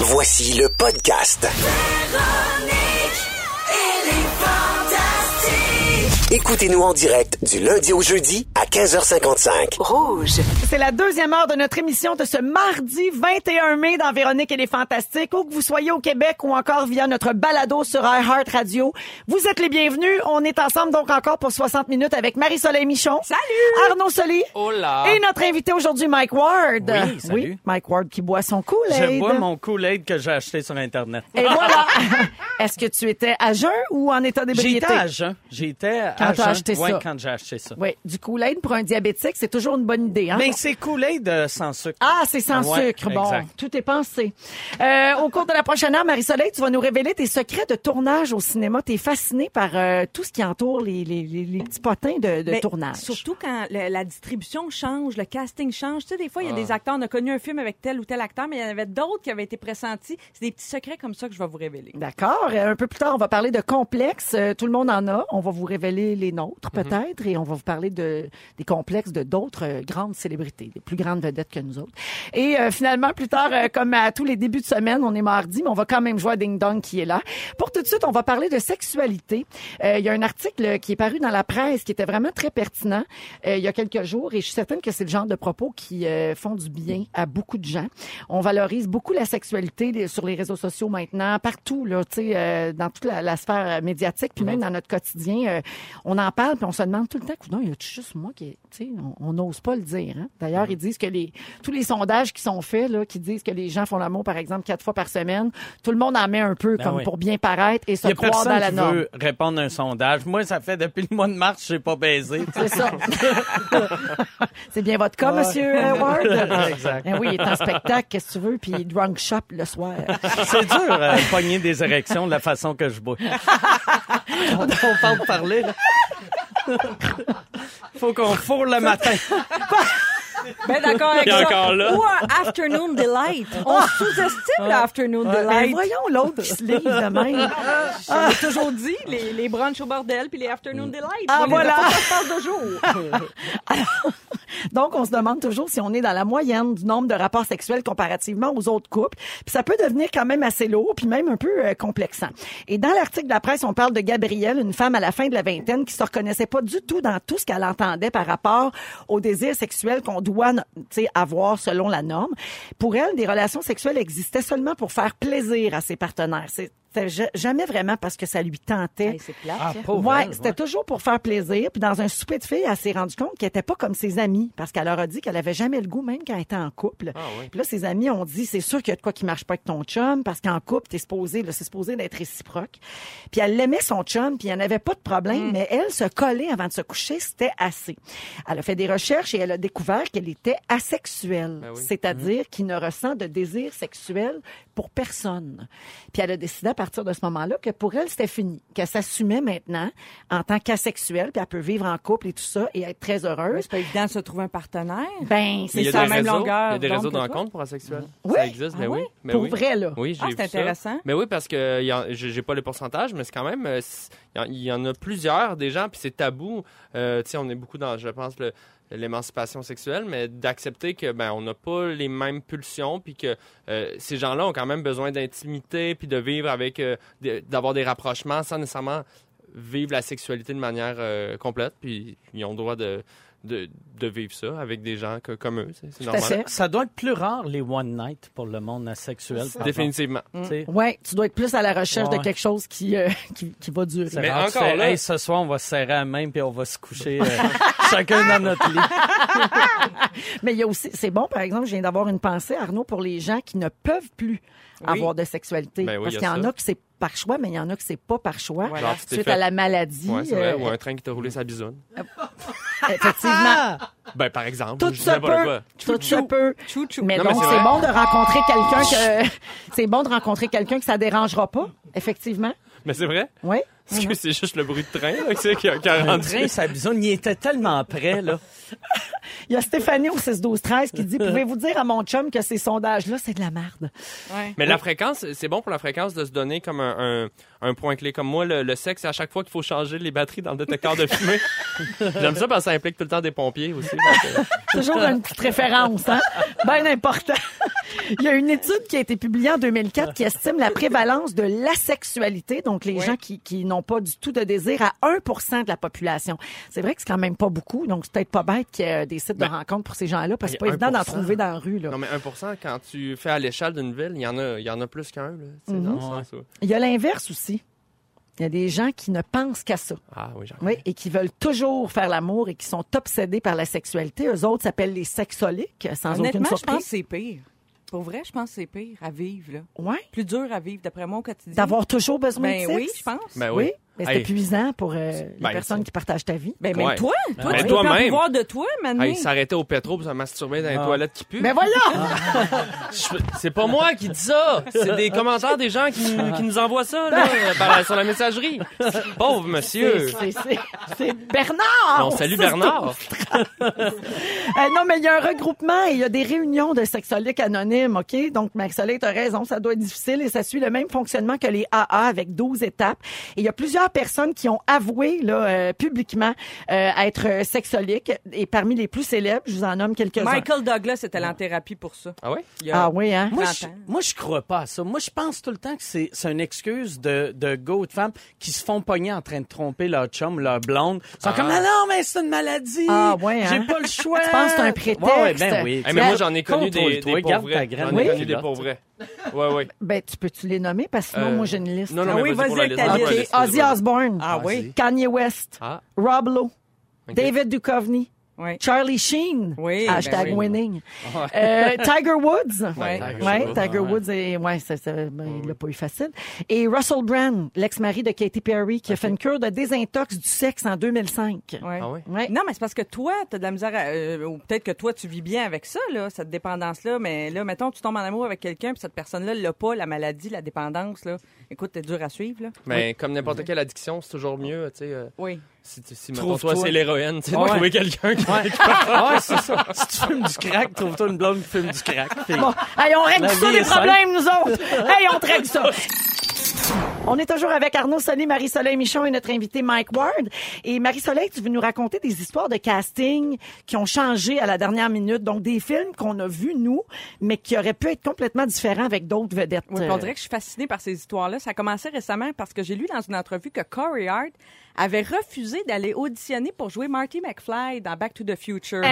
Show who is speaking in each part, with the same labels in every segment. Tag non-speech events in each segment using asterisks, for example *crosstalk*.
Speaker 1: Voici le podcast. Écoutez-nous en direct du lundi au jeudi à 15h55.
Speaker 2: Rouge.
Speaker 3: C'est la deuxième heure de notre émission de ce mardi 21 mai dans Véronique et les Fantastiques. Où que vous soyez au Québec ou encore via notre balado sur iHeart Radio, vous êtes les bienvenus. On est ensemble donc encore pour 60 minutes avec Marie-Soleil Michon.
Speaker 2: Salut!
Speaker 3: Arnaud Soli.
Speaker 4: Hola.
Speaker 3: Et notre invité aujourd'hui, Mike Ward.
Speaker 4: Oui, salut.
Speaker 3: Mike Ward qui boit son kool
Speaker 4: Je bois mon Kool-Aid que j'ai acheté sur Internet.
Speaker 3: Et voilà. *laughs* Est-ce que tu étais à jeun ou en état d'ébriété?
Speaker 4: J'étais à jeun. J'étais à
Speaker 3: Quand t'as
Speaker 4: jeun.
Speaker 3: acheté
Speaker 4: Ouais,
Speaker 3: ça.
Speaker 4: quand j'ai acheté ça.
Speaker 3: Oui, du Kool-Aid pour un diabétique, c'est toujours une bonne idée. Hein?
Speaker 4: Mais c'est Kool-Aid euh, sans sucre.
Speaker 3: Ah, c'est sans
Speaker 4: Ouais,
Speaker 3: sucre. Bon,
Speaker 4: exact.
Speaker 3: tout est pensé. Euh, au cours de la prochaine heure, Marie-Soleil, tu vas nous révéler tes secrets de tournage au cinéma. Tu es fascinée par euh, tout ce qui entoure les, les, les- les petits potins de, de
Speaker 5: Mais
Speaker 3: tournage.
Speaker 5: Surtout quand le- la distribution change, le casting change. Tu sais, des fois, il y a des acteurs, on a connu un film avec tel ou tel acteur, mais il y en avait d'autres qui avaient été pressentis. C'est des petits secrets comme ça que je vais vous révéler.
Speaker 3: D'accord. Euh, Un peu plus tard, on va parler de complexes. Euh, tout le monde en a. On va vous révéler les nôtres, peut-être, et on va vous parler de, des complexes de d'autres euh, grandes célébrités, des plus grandes vedettes que nous autres. Et euh, finalement, plus tard, euh, comme à tous les débuts de semaine, on est mardi, mais on va quand même jouer à Ding Dong qui est là. Pour tout de suite, on va parler de sexualité. Euh, Il y a un article qui est paru dans la presse qui était vraiment très pertinent euh, il y a quelques jours, et je suis certaine que c'est le genre de propos qui euh, font du bien à beaucoup de gens. On valorise beaucoup la sexualité les- sur les réseaux sociaux maintenant, partout, là, tu sais, euh, dans toute la, la sphère euh, médiatique, puis
Speaker 4: Mhm.
Speaker 3: même dans notre quotidien. euh, on en parle, puis on se demande tout le temps, non, y a juste moi qui, est- tu sais, on- on n'ose pas le dire. hein. D'ailleurs,
Speaker 4: Mhm.
Speaker 3: ils disent que les tous les sondages qui sont faits, là, qui disent que les gens font l'amour, par exemple, quatre fois par semaine, tout le monde en met un peu,
Speaker 4: Ben
Speaker 3: comme
Speaker 4: oui.
Speaker 3: pour bien paraître et se
Speaker 4: Il y a
Speaker 3: croire dans
Speaker 4: personne
Speaker 3: la
Speaker 4: qui
Speaker 3: norme.
Speaker 4: veut répondre à un sondage. Moi, ça fait depuis le mois de mars, je n'ai pas baisé.
Speaker 3: C'est ça. *laughs* c'est bien votre cas, monsieur euh, Ward.
Speaker 4: Exact.
Speaker 3: Eh oui, il est en spectacle, qu'est-ce que tu veux, puis drunk shop le soir.
Speaker 4: C'est dur
Speaker 3: *laughs*
Speaker 4: euh, de pogner des érections de la façon que je bois. on on parle de
Speaker 3: *laughs*
Speaker 4: parler. Là. Faut qu'on fourre le matin.
Speaker 5: Ben d'accord avec
Speaker 4: Puis
Speaker 5: ça.
Speaker 4: encore là.
Speaker 5: Ou un Afternoon Delight. On sous-estime l'Afternoon
Speaker 3: Ah. Ben
Speaker 5: Delight.
Speaker 3: voyons Ah. l'autre qui se livre de même.
Speaker 5: Je l'ai toujours dit, les, les brunchs au bordel puis les Afternoon Delight.
Speaker 3: Ah,
Speaker 5: On les a
Speaker 3: voilà.
Speaker 5: pas fait faire de
Speaker 3: *laughs*
Speaker 5: jour.
Speaker 3: Donc, on se demande toujours si on est dans la moyenne du nombre de rapports sexuels comparativement aux autres couples. Puis ça peut devenir quand même assez lourd, puis même un peu euh, complexant. Et dans l'article de la presse, on parle de Gabrielle, une femme à la fin de la vingtaine qui se reconnaissait pas du tout dans tout ce qu'elle entendait par rapport au désir sexuel qu'on doit no- tu sais, avoir selon la norme. Pour elle, des relations sexuelles existaient seulement pour faire plaisir à ses partenaires. C'était ja- jamais vraiment parce que ça lui tentait.
Speaker 5: c'est plate.
Speaker 4: pauvre
Speaker 3: Ouais,
Speaker 4: elle,
Speaker 3: c'était
Speaker 4: ouais.
Speaker 3: toujours pour faire plaisir. Puis dans un souper de filles, elle s'est rendue compte qu'elle était pas comme ses amis parce qu'elle leur a dit qu'elle avait jamais le goût, même quand elle était en couple. Puis là, ses amis ont dit, c'est sûr qu'il y a de quoi qui marche pas avec ton chum parce qu'en couple, t'es supposé, là, c'est supposé d'être réciproque. Puis elle aimait son chum, puis il n'y en avait pas de problème, mais elle se collait avant de se coucher, c'était assez. Elle a fait des recherches et elle a découvert qu'elle était asexuelle, c'est-à-dire qu'il ne ressent de désir sexuel pour personne. Puis elle a décidé à partir de ce moment-là que pour elle, c'était fini, qu'elle s'assumait maintenant en tant qu'asexuelle, puis elle peut vivre en couple et tout ça et être très heureuse.
Speaker 5: C'est pas évident de se trouver un partenaire.
Speaker 3: Ben,
Speaker 6: Il y
Speaker 3: c'est
Speaker 5: ça,
Speaker 6: a
Speaker 3: ça
Speaker 6: des
Speaker 5: même
Speaker 3: même.
Speaker 6: réseaux,
Speaker 5: longueur
Speaker 6: Il y a des
Speaker 5: d'onde
Speaker 6: réseaux
Speaker 5: que
Speaker 6: de
Speaker 5: toi.
Speaker 6: rencontres pour asexuels.
Speaker 3: Oui.
Speaker 6: Ça existe, mais
Speaker 5: Ah
Speaker 6: oui.
Speaker 5: ouais?
Speaker 6: mais
Speaker 3: Pour
Speaker 6: oui.
Speaker 3: vrai, là.
Speaker 6: Oui, j'ai
Speaker 5: Ah,
Speaker 6: vu
Speaker 5: c'est
Speaker 6: ça.
Speaker 5: intéressant.
Speaker 6: Mais oui, parce que il y en- j'ai j'ai pas le pourcentage, mais c'est quand même, euh, c'est- il y en- il y, en a plusieurs des gens, puis c'est tabou. Euh, tu sais, on est beaucoup dans, je pense, le- l'émancipation sexuelle, mais d'accepter que ben on n'a pas les mêmes pulsions, puis que euh, ces gens-là ont quand même besoin d'intimité, puis de vivre avec, euh, de- d'avoir des rapprochements sans nécessairement vivre la sexualité de manière euh, complète, puis ils ont le droit de, de, de vivre ça avec des gens que- comme eux, c'est c'est
Speaker 3: à
Speaker 6: normal.
Speaker 3: fait.
Speaker 4: Ça doit être plus rare, les one night, pour le monde asexuel. par
Speaker 6: Définitivement.
Speaker 4: contre. Tu sais,
Speaker 3: Ouais, tu dois être plus à la recherche
Speaker 4: Ouais.
Speaker 3: de quelque chose qui, euh, *laughs* qui, qui va durer.
Speaker 4: C'est
Speaker 6: Mais
Speaker 4: rare que tu
Speaker 6: encore
Speaker 4: fais,
Speaker 6: là-
Speaker 4: Hey, ce soir, on va se serrer la main puis on va se coucher euh, *laughs* chacun dans notre lit.
Speaker 6: *laughs*
Speaker 3: Mais il y a aussi, c'est bon, par exemple, je viens d'avoir une pensée, Arnaud, pour les gens qui ne peuvent plus avoir de sexualité.
Speaker 6: Ben oui,
Speaker 3: Parce
Speaker 6: il y a
Speaker 3: qu'il y en
Speaker 6: ça.
Speaker 3: a que c'est par choix, mais il y en a que c'est pas par choix.
Speaker 6: Voilà. Genre, tu t'es
Speaker 3: Suite
Speaker 6: fait-
Speaker 3: à la maladie.
Speaker 6: Ouais, c'est vrai.
Speaker 3: euh,
Speaker 6: Ou un train qui t'a roulé sa bisoune.
Speaker 3: Effectivement.
Speaker 6: Ben, par exemple.
Speaker 3: Tout
Speaker 6: je
Speaker 3: se
Speaker 6: n'importe
Speaker 3: peut.
Speaker 6: quoi.
Speaker 3: Tout se peut.
Speaker 5: Chouchou.
Speaker 3: Mais
Speaker 6: Non,
Speaker 3: donc,
Speaker 6: mais c'est
Speaker 3: c'est
Speaker 6: vrai.
Speaker 3: bon de rencontrer quelqu'un que, c'est bon de rencontrer quelqu'un que ça dérangera pas. Effectivement.
Speaker 6: Mais c'est vrai?
Speaker 3: Oui.
Speaker 6: Est-ce
Speaker 3: Mm-hmm.
Speaker 6: que c'est juste le bruit de train là, tu sais, qui a, qui a
Speaker 3: *laughs*
Speaker 4: Un
Speaker 6: rendu?
Speaker 4: train, ça bisoune, il était tellement près, là.
Speaker 3: Il y a Stéphanie au 6-12-13 qui dit, pouvez-vous dire à mon chum que ces sondages-là, c'est de la merde?
Speaker 5: Ouais.
Speaker 6: Mais la fréquence, c'est bon pour la fréquence de se donner comme un, un, un point clé. Comme moi, le, le sexe, c'est à chaque fois qu'il faut changer les batteries dans le détecteur de
Speaker 3: *laughs*
Speaker 6: fumée. J'aime ça parce que ça euh, implique tout le temps des pompiers aussi. Fait
Speaker 5: *laughs*
Speaker 6: que-
Speaker 3: Toujours une petite référence, hein? Ben important. Il y a une étude qui a été publiée en 2004 qui estime la prévalence de l'asexualité, donc les gens qui, qui n'ont pas du tout de désir, à 1 de la population. C'est vrai que c'est quand même pas beaucoup, donc c'est peut-être pas bête qu'il y ait euh, des
Speaker 5: Ben,
Speaker 3: sites de rencontres pour ces gens-là, parce que c'est pas
Speaker 6: mais
Speaker 3: évident d'en
Speaker 6: 1%.
Speaker 3: trouver dans la rue. Là.
Speaker 6: Non, mais 1 quand tu fais à l'échelle d'une ville, il y, en a- il y en a plus qu'un. là, tu sais, dans le
Speaker 3: Mm-hmm.
Speaker 6: sens où-
Speaker 3: Il y a l'inverse aussi. Il y a des gens qui ne pensent qu'à ça.
Speaker 6: Ah oui, j'en
Speaker 3: Oui, et qui veulent toujours faire l'amour et qui sont obsédés par la sexualité. Eux autres s'appellent les sexoliques, sans aucune
Speaker 5: Honnêtement, je pense que
Speaker 3: surprise.
Speaker 5: c'est pire. Pour vrai, je pense que c'est pire à vivre. Là.
Speaker 3: Ouais.
Speaker 5: Plus dur à vivre, d'après moi, au quotidien.
Speaker 3: D'avoir toujours besoin de
Speaker 5: Ben
Speaker 3: sexe.
Speaker 5: oui, je pense.
Speaker 6: Ben
Speaker 3: oui.
Speaker 6: oui.
Speaker 3: mais c'est
Speaker 6: Hey.
Speaker 3: épuisant pour euh, les
Speaker 6: Ben,
Speaker 3: personnes
Speaker 6: c'est-
Speaker 3: qui partagent ta vie.
Speaker 5: Ben, même
Speaker 6: Ouais.
Speaker 5: toi, toi,
Speaker 6: Mais
Speaker 5: tu peux
Speaker 6: toi-même.
Speaker 5: pouvoir de toi, Manon.
Speaker 6: Hey, s'arrêter au pétro pour se masturber dans les
Speaker 4: Ah.
Speaker 6: toilettes qui puent.
Speaker 3: Mais voilà!
Speaker 6: Je- C'est pas moi qui dis ça. C'est des commentaires des gens qui, nous- qui nous envoient ça là, par la- sur la messagerie. Pauvre monsieur.
Speaker 3: C'est- c'est- C'est Bernard!
Speaker 6: On salue Bernard.
Speaker 3: *laughs* Euh, non, mais il y a un regroupement et il y a des réunions de sexoliques anonymes, OK? Donc, Marie-Soleil, t'as raison, ça doit être difficile et ça suit le même fonctionnement que les AA avec 12 étapes. Et il y a plusieurs personnes qui ont avoué, là, euh, publiquement, euh, être euh, sexoliques. Et parmi les plus célèbres, je vous en nomme quelques-uns.
Speaker 5: Michael Douglas était allé en thérapie pour ça.
Speaker 6: Ah ouais?
Speaker 5: Il y a-
Speaker 3: Ah oui, hein?
Speaker 4: Moi, je,
Speaker 5: J'entends.
Speaker 4: moi, je crois pas à ça. Moi, je pense tout le temps que c'est c'est une excuse de, de gars ou de femmes qui se font pogner en train de tromper leur chum, leur blonde. Ils sont
Speaker 6: Ah.
Speaker 4: comme, ah non, mais c'est une maladie.
Speaker 3: Ah, ouais, hein?
Speaker 4: J'ai pas le choix.
Speaker 3: Tu penses que c'est un
Speaker 4: Ouais, ouais, ben
Speaker 3: prétexte?
Speaker 4: oui.
Speaker 6: Hey, Eh, mais moi, j'en ai connu des,
Speaker 4: Contrôle-toi,
Speaker 6: des pour
Speaker 4: garde ta
Speaker 6: vrai. J'en
Speaker 4: graine.
Speaker 6: ai connu
Speaker 4: Oui.
Speaker 6: des pour vrai. Ouais, ouais.
Speaker 3: Ben, tu peux-tu les nommer? Parce que sinon,
Speaker 6: Euh,
Speaker 3: moi, j'ai une liste.
Speaker 6: Non,
Speaker 3: là.
Speaker 6: non,
Speaker 5: Ah
Speaker 6: mais ben,
Speaker 5: oui,
Speaker 6: vas-y pour
Speaker 5: vas-y
Speaker 6: la
Speaker 5: avec
Speaker 6: liste.
Speaker 5: ta
Speaker 6: Vas-y
Speaker 5: liste.
Speaker 6: pour la
Speaker 3: OK, Ozzy
Speaker 6: liste, vas-y.
Speaker 3: Osbourne.
Speaker 5: Ah oui.
Speaker 4: Vas-y.
Speaker 3: Kanye West.
Speaker 6: Ah,
Speaker 3: Rob Lowe.
Speaker 6: ok.
Speaker 3: David Duchovny.
Speaker 5: Oui.
Speaker 3: Charlie Sheen.
Speaker 5: Oui,
Speaker 3: hashtag
Speaker 5: ben oui.
Speaker 3: winning. Euh, Tiger Woods.
Speaker 5: Ouais.
Speaker 6: Tiger
Speaker 3: Ouais,
Speaker 6: Woods.
Speaker 3: Tiger Woods, est- ouais, ça, ça- ben, il l'a pas eu facile. Et Russell Brand, l'ex-mari de Katy Perry, qui a fait une cure de désintox du sexe en 2005.
Speaker 5: Ouais. Ben,
Speaker 6: Ah ouais?
Speaker 3: Ouais.
Speaker 5: Non, mais c'est parce que toi, t'as de la misère, à- euh, ou peut-être que toi, tu vis bien avec ça, là, cette dépendance-là, mais là, mettons, tu tombes en amour avec quelqu'un, puis cette personne-là l'a pas, la maladie, la dépendance, là. Écoute, t'es dur à suivre, là.
Speaker 6: Mais comme n'importe quelle addiction, c'est toujours mieux, tu sais. euh,
Speaker 5: Oui.
Speaker 6: Si, tu- si mettons, toi,
Speaker 4: Trouve-toi.
Speaker 6: c'est l'héroïne, tu sais,
Speaker 4: *laughs*
Speaker 6: de
Speaker 4: Ouais.
Speaker 6: trouver quelqu'un qui...
Speaker 4: Ah, ouais, c'est ça. Si tu fumes du crack, trouve-toi une blonde qui fume du crack. Puis-
Speaker 3: Bon, hey, on règle
Speaker 4: La
Speaker 3: ça
Speaker 4: vie
Speaker 3: les
Speaker 4: est simple.
Speaker 3: problèmes, nous autres. Hey, on te règle
Speaker 4: *laughs*
Speaker 3: ça. On est toujours avec Arnaud Solé, Marie-Soleil Michon et notre invité Mike Ward. Et Marie-Soleil, tu veux nous raconter des histoires de casting qui ont changé à la dernière minute. Donc, des films qu'on a vus, nous, mais qui auraient pu être complètement différents avec d'autres vedettes.
Speaker 5: Oui, puis on dirait que je suis fascinée par ces histoires-là. Ça a commencé récemment parce que j'ai lu dans une entrevue que Corey Hart avait refusé d'aller auditionner pour jouer Marty McFly dans Back to the Future.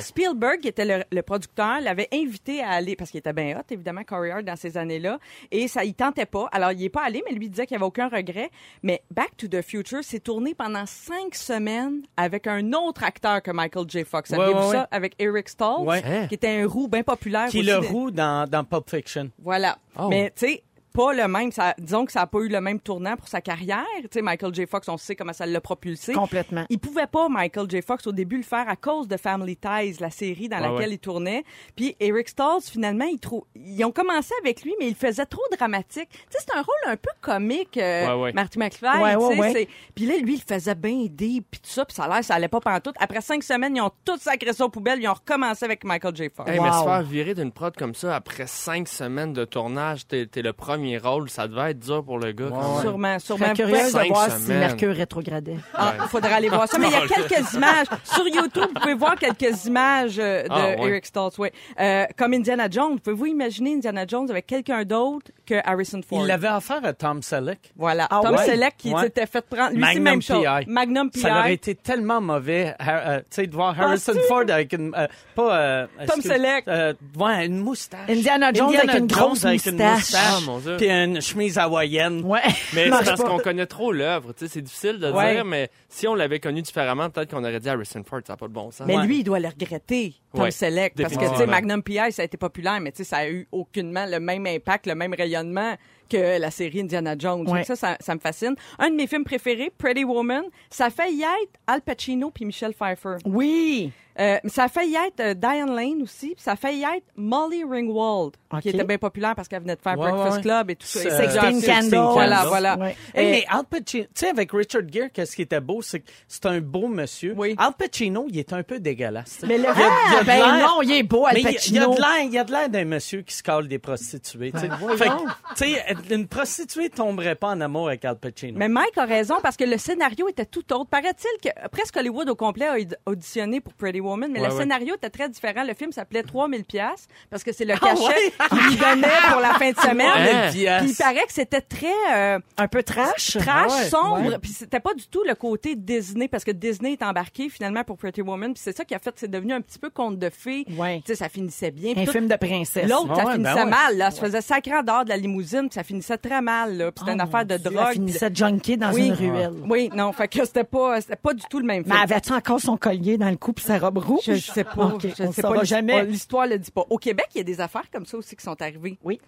Speaker 5: Spielberg, qui était le, le producteur, l'avait invité à aller parce qu'il était bien hot, évidemment, Corey Hart dans ces années-là. Et ça, il tentait pas. Alors, il est pas allé, mais lui il disait qu'il n'y avait aucun regret. Mais Back to the Future s'est tourné pendant cinq semaines avec un autre acteur que Michael J. Fox.
Speaker 4: Ouais,
Speaker 5: Avez-vous
Speaker 4: ouais,
Speaker 5: ça?
Speaker 4: ouais.
Speaker 5: Avec Eric Stoltz,
Speaker 4: Ouais.
Speaker 6: Hein?
Speaker 5: qui était un roux bien populaire.
Speaker 4: Qui
Speaker 5: aussi
Speaker 4: le
Speaker 5: des-
Speaker 4: roue dans, dans Pulp Fiction.
Speaker 5: voilà.
Speaker 6: Oh.
Speaker 5: Mais tu sais, pas le même. Ça, disons que ça n'a pas eu le même tournant pour sa carrière. Tu sais, Michael J. Fox, on sait comment ça l'a propulsé.
Speaker 3: Complètement.
Speaker 5: Il pouvait pas, Michael J. Fox, au début, le faire à cause de Family Ties, la série dans laquelle
Speaker 6: ouais.
Speaker 5: il tournait. Puis Eric Stoltz, finalement, ils, trou- ils ont commencé avec lui, mais il le faisait trop dramatique. Tu sais, c'est un rôle un peu comique, euh,
Speaker 6: Ouais, ouais.
Speaker 5: Marty McFly.
Speaker 3: Ouais,
Speaker 5: tu
Speaker 3: ouais,
Speaker 5: sais,
Speaker 3: ouais.
Speaker 5: c'est- Puis là, lui, il le faisait bien deep, puis tout ça, puis ça a l'air, ça allait pas pantoute. Après cinq semaines, ils ont tout sacré ça aux poubelles, ils ont recommencé avec Michael J. Fox.
Speaker 6: Hey, mais se
Speaker 3: Wow.
Speaker 6: faire virer d'une prod comme ça après cinq semaines de tournage, t'es t'es le premier rôle, ça devait être dur pour le gars. quand même.
Speaker 5: Sûrement, sûrement.
Speaker 3: Très curieuse de
Speaker 6: Cinq
Speaker 3: voir si
Speaker 6: semaines.
Speaker 3: Mercure rétrogradait.
Speaker 5: Ah, Il faudra aller voir ça. Mais il y
Speaker 6: *laughs*
Speaker 5: a quelques images. Sur YouTube, vous pouvez voir quelques images euh, de
Speaker 6: Ah, ouais.
Speaker 5: Eric Stoltz. ouais. Euh, comme Indiana Jones. Pouvez-vous imaginer Indiana Jones avec quelqu'un d'autre que Harrison Ford?
Speaker 4: Il l'avait offert à Tom Selleck.
Speaker 5: Voilà.
Speaker 3: Ah,
Speaker 5: Tom
Speaker 3: ouais?
Speaker 5: Selleck qui
Speaker 4: Ouais.
Speaker 5: s'était fait prendre. Lui, c'est
Speaker 4: Magnum
Speaker 5: même chose.
Speaker 4: P.I..
Speaker 5: Magnum P.I.
Speaker 4: Ça aurait été tellement mauvais, Har- euh, tu sais, de voir Harrison
Speaker 5: Penses-tu?
Speaker 4: Ford avec une... euh, pas... euh, excuse-
Speaker 5: Selleck.
Speaker 4: euh, ouais, une moustache.
Speaker 3: Indiana Jones avec une grosse
Speaker 4: avec une
Speaker 3: moustache.
Speaker 6: Ah, mon Dieu.
Speaker 4: Puis une chemise hawaïenne.
Speaker 3: Ouais.
Speaker 6: Mais
Speaker 3: Marche
Speaker 6: c'est parce
Speaker 3: pas.
Speaker 6: qu'on connaît trop l'œuvre, tu sais, c'est difficile de
Speaker 5: Ouais.
Speaker 6: dire, mais si on l'avait connu différemment, peut-être qu'on aurait dit ah, Harrison Ford, ça n'a pas de bon sens.
Speaker 5: Mais
Speaker 4: Ouais.
Speaker 5: lui, il doit le regretter, Tom
Speaker 6: Ouais,
Speaker 5: Selleck. Parce que, tu sais,
Speaker 6: définitivement.
Speaker 5: Magnum P.I., ça a été populaire, mais tu sais, ça a eu aucunement le même impact, le même rayonnement que la série Indiana Jones.
Speaker 3: Ouais.
Speaker 5: Donc Ça, ça, ça me fascine. Un de mes films préférés, Pretty Woman, ça a failli être Al Pacino puis Michelle Pfeiffer.
Speaker 3: Oui.
Speaker 5: Euh, ça a failli être euh, Diane Lane aussi, puis ça a failli être Molly Ringwald,
Speaker 3: Ok.
Speaker 5: qui était bien populaire parce qu'elle venait de faire
Speaker 4: Ouais,
Speaker 5: Breakfast
Speaker 4: ouais.
Speaker 5: Club et tout ça.
Speaker 4: Euh,
Speaker 5: Et
Speaker 3: Sixteen
Speaker 5: Sixteen
Speaker 3: Candles.
Speaker 5: Voilà, voilà.
Speaker 3: Ouais.
Speaker 5: Et-
Speaker 4: Hey, Eh, mais Al Pacino, tu sais, avec Richard Gere, qu'est-ce qui était beau, c'est que c'est un beau monsieur.
Speaker 5: Oui.
Speaker 4: Al Pacino, il est un peu dégueulasse.
Speaker 3: Mais le
Speaker 4: Il y a- il y a
Speaker 3: Ah,
Speaker 4: de
Speaker 3: ben
Speaker 4: l'air-
Speaker 3: non, il est beau, Al
Speaker 4: Mais il y a- il y a
Speaker 3: Pacino. Ben,
Speaker 4: de l'air- il y a de l'air d'un monsieur qui se colle des prostituées. tu sais. Fait que, tu sais, une prostituée tomberait pas en amour avec Al Pacino.
Speaker 5: Mais Mike a raison parce que le scénario était tout autre. Paraît-il que presque Hollywood au complet a aud- auditionné pour Pretty Woman, mais
Speaker 6: Ouais,
Speaker 5: le
Speaker 6: ouais.
Speaker 5: scénario était très différent. Le film s'appelait 3000 pièces parce que c'est le
Speaker 4: Ah
Speaker 5: cachet
Speaker 4: ouais?
Speaker 5: qu'il lui donnait pour la fin de semaine.
Speaker 6: Hein?
Speaker 5: Puis il paraît que c'était très euh,
Speaker 3: Un peu *laughs* trash.
Speaker 5: trash,
Speaker 4: Ouais.
Speaker 5: sombre, puis c'était pas du tout le côté Disney parce que Disney est embarqué finalement pour Pretty Woman, puis c'est ça qui a fait que c'est devenu un petit peu conte de fées.
Speaker 3: Ouais.
Speaker 5: Tu sais, ça finissait bien. puis
Speaker 3: Un
Speaker 5: tout.
Speaker 3: film de princesse.
Speaker 5: L'autre, ça
Speaker 4: Ouais, ben
Speaker 5: finissait
Speaker 4: ouais.
Speaker 5: mal, là. Ça se faisait sacré en dehors de la limousine, puis ça finissait très mal, là. Puis c'était une
Speaker 3: Oh,
Speaker 5: affaire
Speaker 3: mon
Speaker 5: de
Speaker 3: Dieu,
Speaker 5: drogue.
Speaker 3: Elle finissait junkie dans
Speaker 5: Oui. Ah.
Speaker 3: une ruelle.
Speaker 5: Oui, non, fait que c'était pas, c'était pas du tout le même
Speaker 3: Mais
Speaker 5: film.
Speaker 3: avait-tu encore son collier dans le cou puis sa robe rouge?
Speaker 5: Je sais pas.
Speaker 3: Ok,
Speaker 5: je
Speaker 3: on le
Speaker 5: sais
Speaker 3: saura
Speaker 5: pas.
Speaker 3: jamais.
Speaker 5: L'histoire le dit pas. Au Québec, il y a des affaires comme ça aussi qui sont arrivées.
Speaker 3: Oui.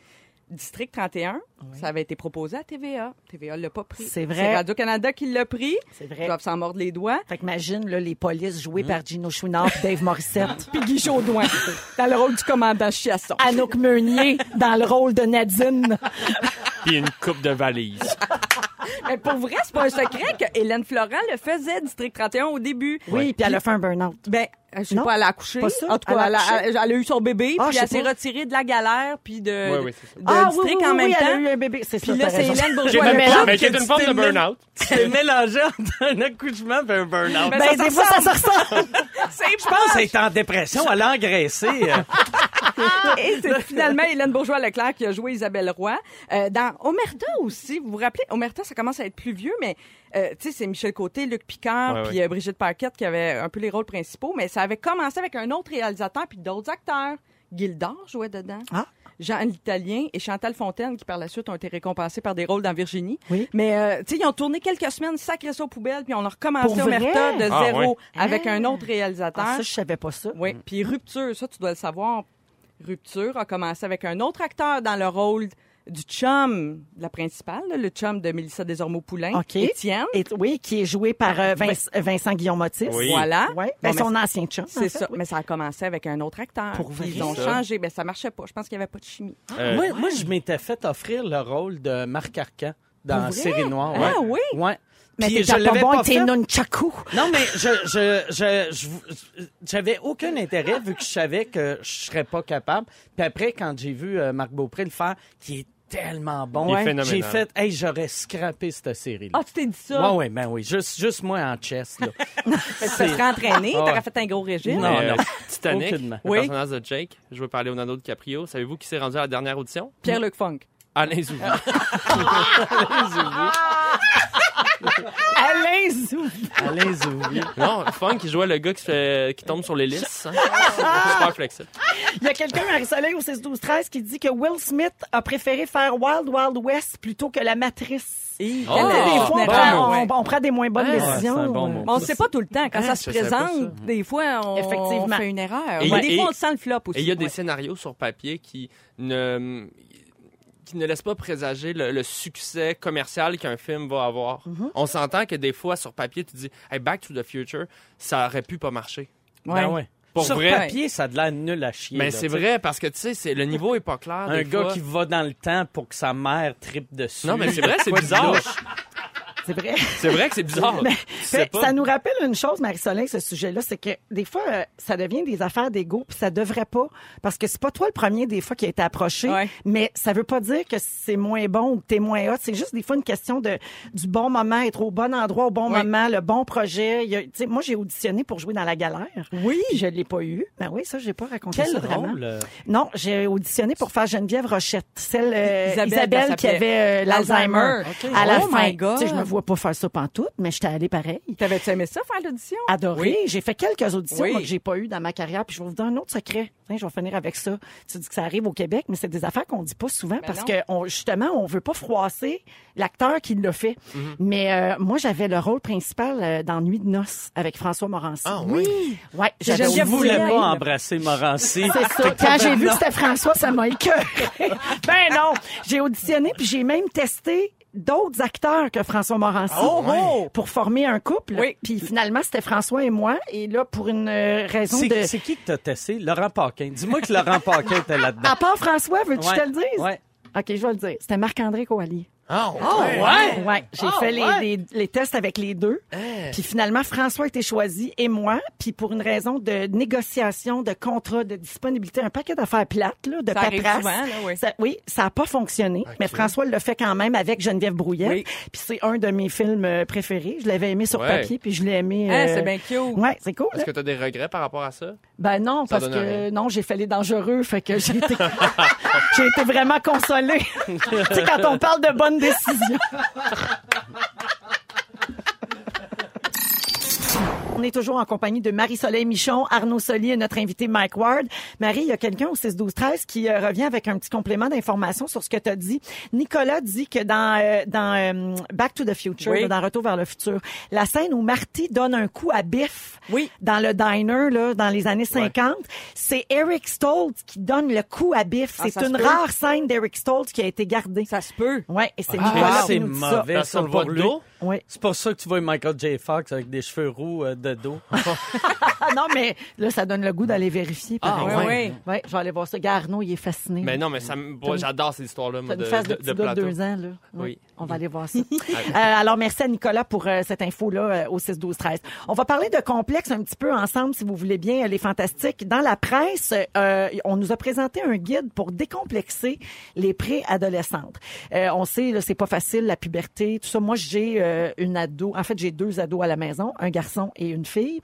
Speaker 5: District 31, ça avait été proposé à TVA. TVA l'a pas pris.
Speaker 3: C'est vrai.
Speaker 5: C'est Radio-Canada qui l'a pris.
Speaker 3: C'est
Speaker 5: Ils
Speaker 3: vrai.
Speaker 5: doivent s'en mordre les doigts.
Speaker 3: Fait qu'imagine, là, les polices jouées par Gino Chouinard pis Dave Morissette.
Speaker 5: *laughs* Puis Guy Jodoin, dans le rôle du commandant Chiasson.
Speaker 3: *laughs* Anouk Meunier dans le rôle
Speaker 5: *laughs*
Speaker 3: de Nadine.
Speaker 6: Puis une coupe de valise.
Speaker 5: Mais pour vrai, c'est pas un secret que Hélène Florent le faisait, District 31, au début.
Speaker 3: Oui, puis elle a fait un burn-out.
Speaker 5: Ben, je sais
Speaker 3: Non,
Speaker 5: pas, elle a accouché.
Speaker 3: pas ça.
Speaker 5: En tout cas, elle
Speaker 3: Elle a
Speaker 5: a,
Speaker 3: accouché.
Speaker 5: elle a eu son bébé,
Speaker 3: Ah,
Speaker 5: puis
Speaker 3: je
Speaker 5: elle
Speaker 3: sais
Speaker 5: s'est
Speaker 3: pas. Ah,
Speaker 5: retirée de la galère, puis de,
Speaker 6: Oui, oui, c'est ça.
Speaker 5: de District en même
Speaker 3: elle
Speaker 5: temps.
Speaker 3: a eu un bébé. C'est ça,
Speaker 5: Puis là,
Speaker 3: t'as
Speaker 5: c'est
Speaker 3: raison.
Speaker 5: Hélène
Speaker 4: J'ai
Speaker 5: Bourgeois.
Speaker 4: même
Speaker 5: le
Speaker 4: pas
Speaker 5: propre.
Speaker 6: Mais qui est
Speaker 4: que *laughs*
Speaker 6: une
Speaker 4: tu
Speaker 6: forme de
Speaker 4: t'es mis-
Speaker 6: burn-out.
Speaker 4: C'est mélangé entre un accouchement et un burn-out.
Speaker 5: Ben,
Speaker 3: Ben,
Speaker 5: ça
Speaker 3: des
Speaker 5: se
Speaker 3: fois, ça se ressemble.
Speaker 5: C'est
Speaker 4: Je pense qu'elle est en dépression, elle a
Speaker 5: *laughs*
Speaker 4: engraissé. euh.
Speaker 6: Ah!
Speaker 5: Et c'est finalement Hélène Bourgeois-Leclerc qui a joué Isabelle Roy. Euh, dans Omerta aussi, vous vous rappelez, Omerta, ça commence à être plus vieux, mais euh, tu sais, c'est Michel Côté, Luc Picard,
Speaker 6: Ouais,
Speaker 5: puis euh, Brigitte Paquette qui avaient un peu les rôles principaux, mais ça avait commencé avec un autre réalisateur puis d'autres acteurs. Gildor jouait dedans.
Speaker 3: Ah.
Speaker 5: Jean l'Italien et Chantal Fontaine, qui par la suite ont été récompensés par des rôles dans Virginie.
Speaker 3: Oui.
Speaker 5: Mais, euh, tu sais, ils ont tourné quelques semaines, sacré ça aux poubelles, puis on a recommencé
Speaker 3: Pour
Speaker 5: Omerta de
Speaker 3: vrai?
Speaker 5: zéro
Speaker 6: Ah,
Speaker 5: avec un autre réalisateur.
Speaker 3: Ah, ça, je savais pas ça.
Speaker 5: Oui,
Speaker 6: Mm.
Speaker 5: puis Rupture, ça, tu dois le savoir. Rupture a commencé avec un autre acteur dans le rôle du chum, de la principale, là, le chum de Mélissa Desormeaux-Poulain,
Speaker 3: OK.
Speaker 5: Étienne.
Speaker 3: Et, oui, qui est joué par euh, Vince- Vincent Guillaume Motis.
Speaker 6: Oui.
Speaker 5: Voilà.
Speaker 3: Ouais.
Speaker 5: Bon, mais
Speaker 3: Ben, son ancien chum. en
Speaker 5: C'est
Speaker 3: fait.
Speaker 5: ça, mais ça a commencé avec un autre acteur.
Speaker 3: Pour
Speaker 5: Puis Ils
Speaker 3: vrai,
Speaker 5: ont
Speaker 6: ça.
Speaker 5: changé, mais ça marchait pas. Je pense qu'il n'y avait pas de chimie.
Speaker 6: Euh,
Speaker 4: moi, moi, je m'étais fait offrir le rôle de Marc Arcan
Speaker 5: Pour
Speaker 4: dans
Speaker 5: vrai?
Speaker 4: Série Noire.
Speaker 5: Ah
Speaker 4: ouais.
Speaker 5: oui?
Speaker 4: Ouais.
Speaker 3: Mais
Speaker 4: Puis
Speaker 3: t'es
Speaker 4: je
Speaker 3: pas
Speaker 4: l'avais
Speaker 3: bon,
Speaker 4: pas
Speaker 3: t'es
Speaker 4: fait.
Speaker 3: nunchaku.
Speaker 4: Non, mais je, je, je, je- j'avais aucun intérêt vu que je savais que je serais pas capable. Puis après, quand j'ai vu euh, Marc Beaupré le faire, qui est tellement
Speaker 6: Il
Speaker 4: bon,
Speaker 6: est
Speaker 4: ouais,
Speaker 6: phénoménal.
Speaker 4: j'ai fait, hey, j'aurais scrappé cette série-là.
Speaker 5: Ah, tu t'es dit ça?
Speaker 4: Ouais, ouais, ben oui. Juste, juste moi en chess, *laughs* là.
Speaker 5: Fait que Tu te serais entraîné,
Speaker 4: Ah ouais.
Speaker 5: t'aurais fait un gros régime.
Speaker 4: Non,
Speaker 6: euh,
Speaker 4: non.
Speaker 6: *laughs* Titanic,
Speaker 4: Aucunement.
Speaker 6: le
Speaker 5: Oui.
Speaker 6: personnage de Jake, joué par Leonardo DiCaprio. Savez-vous qui s'est rendu à la dernière audition?
Speaker 5: Pierre-Luc Funk.
Speaker 6: Alain Zouvi.
Speaker 3: Alain Zoubi.
Speaker 4: Alain Zouvi.
Speaker 6: non, Funk qui jouait le gars qui, se fait- qui tombe sur
Speaker 5: *laughs*
Speaker 6: l'hélice. hein. Super flexible.
Speaker 3: Il y a quelqu'un, Marie-Soleil, au 16-12-13, qui dit que Will Smith a préféré faire Wild Wild West plutôt que La Matrice.
Speaker 5: Et
Speaker 4: Ah!
Speaker 6: Oh!
Speaker 3: Des fois, on,
Speaker 6: bon
Speaker 3: prend,
Speaker 5: Ouais.
Speaker 3: on- on prend des moins bonnes
Speaker 6: Ouais,
Speaker 3: décisions.
Speaker 4: c'est un bon mot.
Speaker 5: Mais on ne sait pas tout le temps. Quand
Speaker 6: Ah,
Speaker 5: ça se
Speaker 6: je savais pas
Speaker 5: présente, des fois, on,
Speaker 3: Effectivement.
Speaker 5: on fait une erreur.
Speaker 6: Et
Speaker 5: Mais
Speaker 6: il-
Speaker 5: des fois,
Speaker 6: et-
Speaker 5: on le sent le flop aussi.
Speaker 6: Et il y a des
Speaker 5: Ouais.
Speaker 6: scénarios sur papier qui ne qui ne laissent pas présager le, le succès commercial qu'un film va avoir. On s'entend que des fois sur papier tu dis hey, Back to the Future, ça aurait pu pas marcher.
Speaker 5: Ouais.
Speaker 4: Ben ouais.
Speaker 6: Pour
Speaker 4: Sur
Speaker 6: vrai.
Speaker 4: papier, ça a de l'air nul à chier.
Speaker 6: Mais
Speaker 4: là,
Speaker 6: c'est
Speaker 4: tu sais.
Speaker 6: vrai parce que tu sais c'est- le niveau est pas clair
Speaker 4: Un
Speaker 6: des
Speaker 4: gars
Speaker 6: fois.
Speaker 4: qui va dans le temps pour que sa mère tripe dessus.
Speaker 6: Non mais c'est vrai, c'est
Speaker 4: Quoi de
Speaker 6: bizarre.
Speaker 4: louche?
Speaker 3: C'est vrai.
Speaker 6: C'est vrai que c'est *laughs* bizarre.
Speaker 3: Mais-
Speaker 6: Tu sais
Speaker 3: Fait-
Speaker 6: pas.
Speaker 3: ça nous rappelle une chose, Marie-Soleil, ce sujet-là, c'est que des fois, euh, ça devient des affaires d'ego, puis ça devrait pas, parce que c'est pas toi le premier des fois qui a été approché,
Speaker 5: Ouais.
Speaker 3: mais ça veut pas dire que c'est moins bon ou que t'es moins hot. C'est juste des fois une question de du bon moment, être au bon endroit au bon
Speaker 5: Oui.
Speaker 3: moment, le bon projet. Il y a- tu sais, moi, j'ai auditionné pour jouer dans la galère.
Speaker 5: Oui.
Speaker 3: Puis Je l'ai pas eu. Ben oui, ça, j'ai pas raconté
Speaker 4: Quel
Speaker 3: ça vraiment.
Speaker 4: rôle. euh,
Speaker 3: Non, j'ai auditionné pour faire Geneviève Rochette, celle euh,
Speaker 5: Isabelle,
Speaker 3: Isabelle,
Speaker 5: elle
Speaker 3: qui
Speaker 5: s'appelait.
Speaker 3: avait euh, l'Alzheimer
Speaker 5: Alzheimer. OK.
Speaker 3: à la
Speaker 5: Oh
Speaker 3: fin.
Speaker 5: my God.
Speaker 3: Tu sais, je me vois pas faire ça pantoute, mais j'étais allée pareil.
Speaker 5: T'avais-tu aimé ça, faire l'audition?
Speaker 3: Adoré. J'ai fait quelques auditions
Speaker 5: Oui.
Speaker 3: moi, que j'ai pas eues dans ma carrière. Puis je vais vous donner un autre secret. Tiens, je vais finir avec ça. Tu dis que ça arrive au Québec, mais c'est des affaires qu'on dit pas souvent parce
Speaker 5: non.
Speaker 3: que on- justement, on veut pas froisser l'acteur qui le fait. Mais euh, moi, j'avais le rôle principal euh, dans Nuit de noces avec François Morancy.
Speaker 6: Ah oui.
Speaker 3: Ouais, j'avais
Speaker 4: Je
Speaker 5: Geneviève
Speaker 4: voulais
Speaker 5: Boulay.
Speaker 4: pas embrasser Morancy.
Speaker 3: Ah, c'est ça. Quand j'ai vu que c'était François, ça m'a écoeuré. *laughs* ben non. J'ai auditionné puis j'ai même testé d'autres acteurs que François Morancy
Speaker 4: Oh, oh!
Speaker 3: pour former un couple.
Speaker 5: Oui.
Speaker 3: Puis finalement, c'était François et moi. Et là, pour une euh, raison
Speaker 4: C'est
Speaker 3: de...
Speaker 4: c'est qui que t'as testé? Laurent Paquin.
Speaker 3: *laughs*
Speaker 4: Dis-moi que Laurent Paquin était là-dedans.
Speaker 3: À part François, veux-tu que Ah, je te le dise?
Speaker 4: Ouais.
Speaker 3: OK, je vais le dire. C'était Marc-André Coallier.
Speaker 4: Ah,
Speaker 3: ouais? Ouais, j'ai
Speaker 4: Ah,
Speaker 3: fait les,
Speaker 4: ouais.
Speaker 3: les- les tests avec les deux. Puis finalement, François a été choisi et moi. Puis pour une raison de négociation, de contrat, de disponibilité, un paquet d'affaires plates, là, de
Speaker 5: Ça arrive
Speaker 3: paperasse.
Speaker 5: souvent, là, oui.
Speaker 3: Ça- oui, ça n'a pas fonctionné. Mais François le fait quand même avec Geneviève Brouillet.
Speaker 5: Oui.
Speaker 3: Puis c'est un de mes films euh, préférés. Je l'avais aimé sur
Speaker 6: Ouais.
Speaker 3: papier, puis je l'ai aimé.
Speaker 5: Hein,
Speaker 3: euh,
Speaker 5: c'est bien cute.
Speaker 3: Ouais, c'est cool. hein?
Speaker 6: Est-ce que tu as des regrets par rapport à ça?
Speaker 3: Ben non,
Speaker 6: Ça
Speaker 3: parce
Speaker 6: donne
Speaker 3: que
Speaker 6: rien.
Speaker 3: non, j'ai fait les dangereux, fait que j'ai été, *laughs* j'ai été vraiment consolée. *laughs* tu sais, quand on parle de bonnes décisions. *laughs* On est toujours en compagnie de Marie-Soleil Michon, Arnaud Solier et notre invité Mike Ward. Marie, il y a quelqu'un au 6-12-13 qui euh, revient avec un petit complément d'information sur ce que tu as dit. Nicolas dit que dans, euh, dans euh, Back to the Future,
Speaker 5: Oui.
Speaker 3: là, dans Retour vers le futur, la scène où Marty donne un coup à Biff
Speaker 5: Oui.
Speaker 3: dans le diner là, dans les années 50. C'est Eric Stoltz qui donne le coup à Biff.
Speaker 5: Ah,
Speaker 3: c'est
Speaker 5: ça se
Speaker 3: une
Speaker 5: peut.
Speaker 3: rare scène d'Eric Stoltz qui a été gardée.
Speaker 5: Ça se peut.
Speaker 3: Ouais, et c'est
Speaker 4: Ah,
Speaker 3: Nicolas qui
Speaker 4: c'est
Speaker 3: nous dit
Speaker 4: mauvais,
Speaker 6: Dans
Speaker 4: ça,
Speaker 6: son
Speaker 4: pour
Speaker 6: vote
Speaker 4: lui.
Speaker 6: d'eau?
Speaker 3: ça. Ouais. *laughs*
Speaker 4: C'est pour ça que tu vois Michael J. Fox avec des cheveux roux euh, de dos.
Speaker 3: Ah non, mais là, ça donne le goût d'aller vérifier.
Speaker 6: Ah,
Speaker 3: pareil.
Speaker 5: oui,
Speaker 6: ouais.
Speaker 5: oui.
Speaker 3: Ouais, je vais aller voir ça. Gars, Arnaud, il est fasciné.
Speaker 6: Mais non, mais ça me- moi, j'adore ces histoires-là,
Speaker 3: T'as
Speaker 6: moi,
Speaker 3: une
Speaker 6: de,
Speaker 3: face de,
Speaker 6: de,
Speaker 3: petit
Speaker 6: de
Speaker 3: gars de
Speaker 6: plateau.
Speaker 3: deux ans, là. Ouais.
Speaker 6: Oui.
Speaker 3: On va aller voir
Speaker 6: *laughs*
Speaker 3: ça. Euh, alors, merci à Nicolas pour euh, cette info-là euh, au 6-12-13. On va parler de complexe un petit peu ensemble, si vous voulez bien, euh, les fantastiques. Dans la presse, euh, on nous a présenté un guide pour décomplexer les préadolescentes. Euh, on sait, là, c'est pas facile, la puberté, tout ça. Moi, j'ai euh, une ado. En fait, j'ai deux ados à la maison, un garçon et une fille.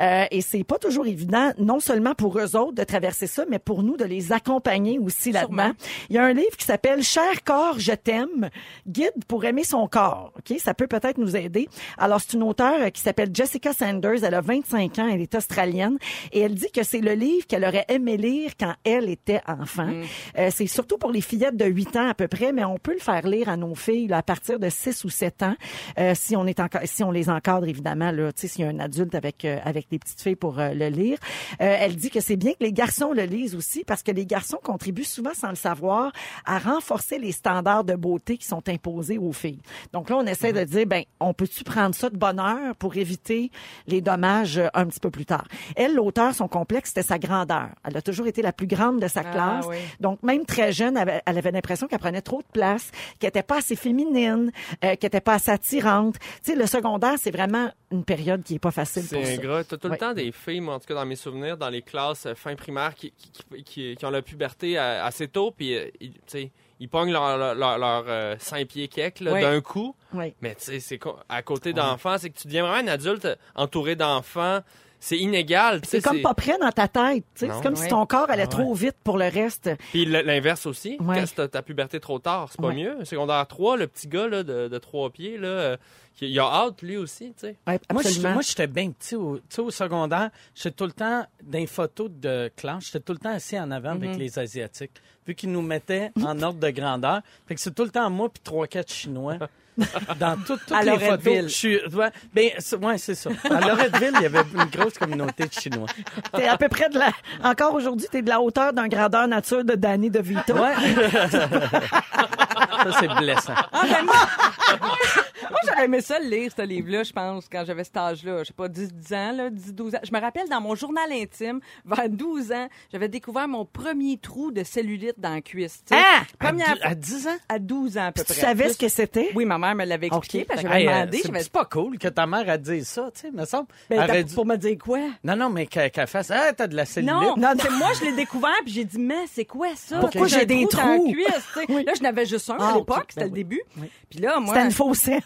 Speaker 3: Euh, et c'est pas toujours évident, non seulement pour eux autres de traverser ça, mais pour nous de les accompagner aussi là-dedans.
Speaker 5: Sûrement.
Speaker 3: Il y a un livre qui s'appelle Cher corps, je t'aime, guide pour aimer son corps. Ok, ça peut peut-être nous aider. Alors c'est une auteure euh, qui s'appelle Jessica Sanders. Elle a 25 ans, elle est australienne et elle dit que c'est le livre qu'elle aurait aimé lire quand elle était enfant. Euh, c'est surtout pour les fillettes de 8 ans à peu près, mais on peut le faire lire à nos filles là, à partir de 6 ou 7 ans euh, si on est enca- si on les encadre évidemment là, tu sais s'il y a un adulte avec euh, avec des petites filles pour euh, le lire. Euh, elle dit que c'est bien que les garçons le lisent aussi parce que les garçons contribuent souvent sans le savoir à renforcer les standards de beauté qui sont imposés aux filles. Donc là, on
Speaker 5: Mhm.
Speaker 3: essaie de dire, ben, on peut-tu prendre ça de bonne heure pour éviter les dommages euh, un petit peu plus tard. Elle, l'auteur, son complexe, c'était sa grandeur. Elle a toujours été la plus grande de sa
Speaker 5: Ah,
Speaker 3: classe.
Speaker 5: oui.
Speaker 3: Donc, même très jeune, elle avait- elle avait l'impression qu'elle prenait trop de place, qu'elle n'était pas assez féminine, euh, qu'elle n'était pas assez attirante. Tu sais, le secondaire, c'est vraiment une période qui est pas facile pour
Speaker 6: C'est
Speaker 3: ça.
Speaker 6: ingrat. T'as tout
Speaker 3: Ouais.
Speaker 6: le temps des filles, moi, en tout cas dans mes souvenirs, dans les classes euh, fin primaire, qui, qui, qui- qui- qui ont la puberté euh, assez tôt, puis euh, ils, tu sais, ils pognent leur, leur, leur, leur, euh, cinq pieds cake là,
Speaker 5: Oui.
Speaker 6: d'un coup.
Speaker 3: Oui.
Speaker 6: Mais tu sais, c'est co- à côté d'enfants, c'est que tu deviens vraiment un adulte euh, entouré d'enfants. C'est inégal. tu sais,
Speaker 3: C'est comme pas prêt dans ta tête. tu sais.
Speaker 6: Non.
Speaker 3: C'est comme si
Speaker 5: Ouais.
Speaker 3: ton corps allait trop vite pour le reste.
Speaker 6: Puis l- l'inverse aussi.
Speaker 3: Ouais.
Speaker 6: Quand t'as ta puberté trop tard, c'est pas
Speaker 3: Ouais.
Speaker 6: mieux. Secondaire 3, le petit gars là, de, de trois pieds, là, euh, il il a hâte, lui aussi, tu sais.
Speaker 3: Ouais,
Speaker 4: Moi, j'étais-
Speaker 3: absolument.
Speaker 4: moi, j'étais bien petit. Au, tu sais, au secondaire, j'étais tout le temps dans les photos de classe, j'étais tout le temps assis en avant
Speaker 5: Mm-hmm.
Speaker 4: avec les Asiatiques, vu qu'ils nous mettaient
Speaker 5: *laughs*
Speaker 4: en ordre de grandeur. Fait que c'est tout le temps moi puis trois,
Speaker 5: *laughs*
Speaker 4: quatre Chinois. Dans tout- toutes
Speaker 5: À
Speaker 4: les
Speaker 5: Loretteville.
Speaker 4: photos. Je suis- ouais, ben, c'est- ouais, c'est ça. À Loretteville, il y avait une grosse communauté de Chinois.
Speaker 3: T'es à peu près de la. Encore aujourd'hui, t'es de la hauteur d'un grandeur nature de Danny DeVito. Hein?
Speaker 4: Ouais. ça, c'est blessant.
Speaker 5: Ah, ben moi, *laughs* moi, j'aurais aimé ça le lire, ce livre-là, je pense, quand j'avais cet âge-là. Je sais pas, 10, 10 ans, là, 10, 12 ans. Je me rappelle dans mon journal intime, *laughs* vers 12 ans, j'avais découvert mon premier trou de cellulite dans la cuisse. tu sais.
Speaker 3: Ah!
Speaker 5: Première
Speaker 4: à, dix-
Speaker 5: fois-
Speaker 4: à 10 ans?
Speaker 5: à 12 ans, à peu
Speaker 3: Tu
Speaker 5: près.
Speaker 3: savais ce que c'était?
Speaker 5: Oui, ma mère me l'avait expliqué,
Speaker 3: Ok.
Speaker 5: parce que j'avais
Speaker 4: Hey, euh,
Speaker 5: demandé.
Speaker 4: c'est
Speaker 5: j'avais
Speaker 4: c'est pas cool que ta mère a dit ça, tu sais, me semble.
Speaker 3: Ben,
Speaker 4: Elle
Speaker 3: t'as-
Speaker 4: aurait dû-
Speaker 3: Pour me dire quoi?
Speaker 4: Non, non, mais qu'elle qu'elle fasse. Ah, t'as de la
Speaker 5: *laughs*
Speaker 4: cellulite.
Speaker 5: Non,
Speaker 3: Non,
Speaker 5: c'est moi, je l'ai découvert, puis j'ai dit, mais c'est quoi ça?
Speaker 3: Pourquoi
Speaker 5: J'ai un
Speaker 3: j'ai des
Speaker 5: trou dans la
Speaker 3: trous?
Speaker 5: cuisse,
Speaker 3: *laughs*
Speaker 5: tu sais. Là, je n'avais juste un
Speaker 3: Ah,
Speaker 5: à
Speaker 3: ok.
Speaker 5: l'époque,
Speaker 3: Ben
Speaker 5: c'était le
Speaker 3: oui.
Speaker 5: début. Puis là, moi.
Speaker 3: C'était une faussette.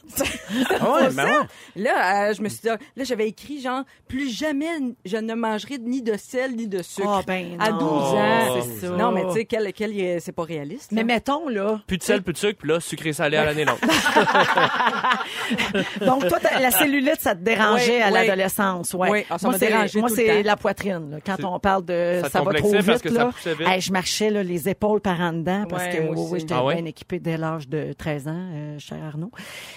Speaker 4: Ah ouais, ben ouais.
Speaker 5: Là, euh, je me suis dit, ah, là, j'avais écrit genre, plus jamais n- je ne mangerai ni de sel ni de sucre.
Speaker 3: Ah, ben
Speaker 5: à
Speaker 3: non.
Speaker 5: 12 ans.
Speaker 6: Oh,
Speaker 3: c'est ça.
Speaker 4: ben,
Speaker 5: Non, mais tu sais, quel, quel, il est- c'est pas réaliste.
Speaker 3: Mais
Speaker 5: là.
Speaker 3: mettons, là.
Speaker 6: Plus de sel, plus de sucre, puis là, sucré salé à
Speaker 3: Ben,
Speaker 6: l'année longue.
Speaker 3: Donc, toi, t'as- la cellulite, ça te dérangeait
Speaker 5: Oui,
Speaker 3: à
Speaker 5: oui.
Speaker 3: l'adolescence, ouais.
Speaker 5: Oui, ah, ça
Speaker 3: moi,
Speaker 5: m'a
Speaker 3: c'est-
Speaker 5: dérangé
Speaker 3: Moi,
Speaker 5: tout le
Speaker 3: c'est
Speaker 5: temps.
Speaker 3: la poitrine, là. Quand
Speaker 6: C'est-
Speaker 3: on parle de
Speaker 6: ça te
Speaker 3: ça va trop
Speaker 6: complexait
Speaker 3: vite,
Speaker 6: parce que ça
Speaker 3: là.
Speaker 6: poussait vite.
Speaker 3: Hey, je marchais, là, les épaules par en dedans parce
Speaker 5: Ouais,
Speaker 3: que,
Speaker 5: moi
Speaker 3: oui, oui,
Speaker 5: aussi.
Speaker 3: j'étais
Speaker 6: Ah ouais?
Speaker 3: bien équipée dès l'âge de 13 ans, euh, cher Arnaud.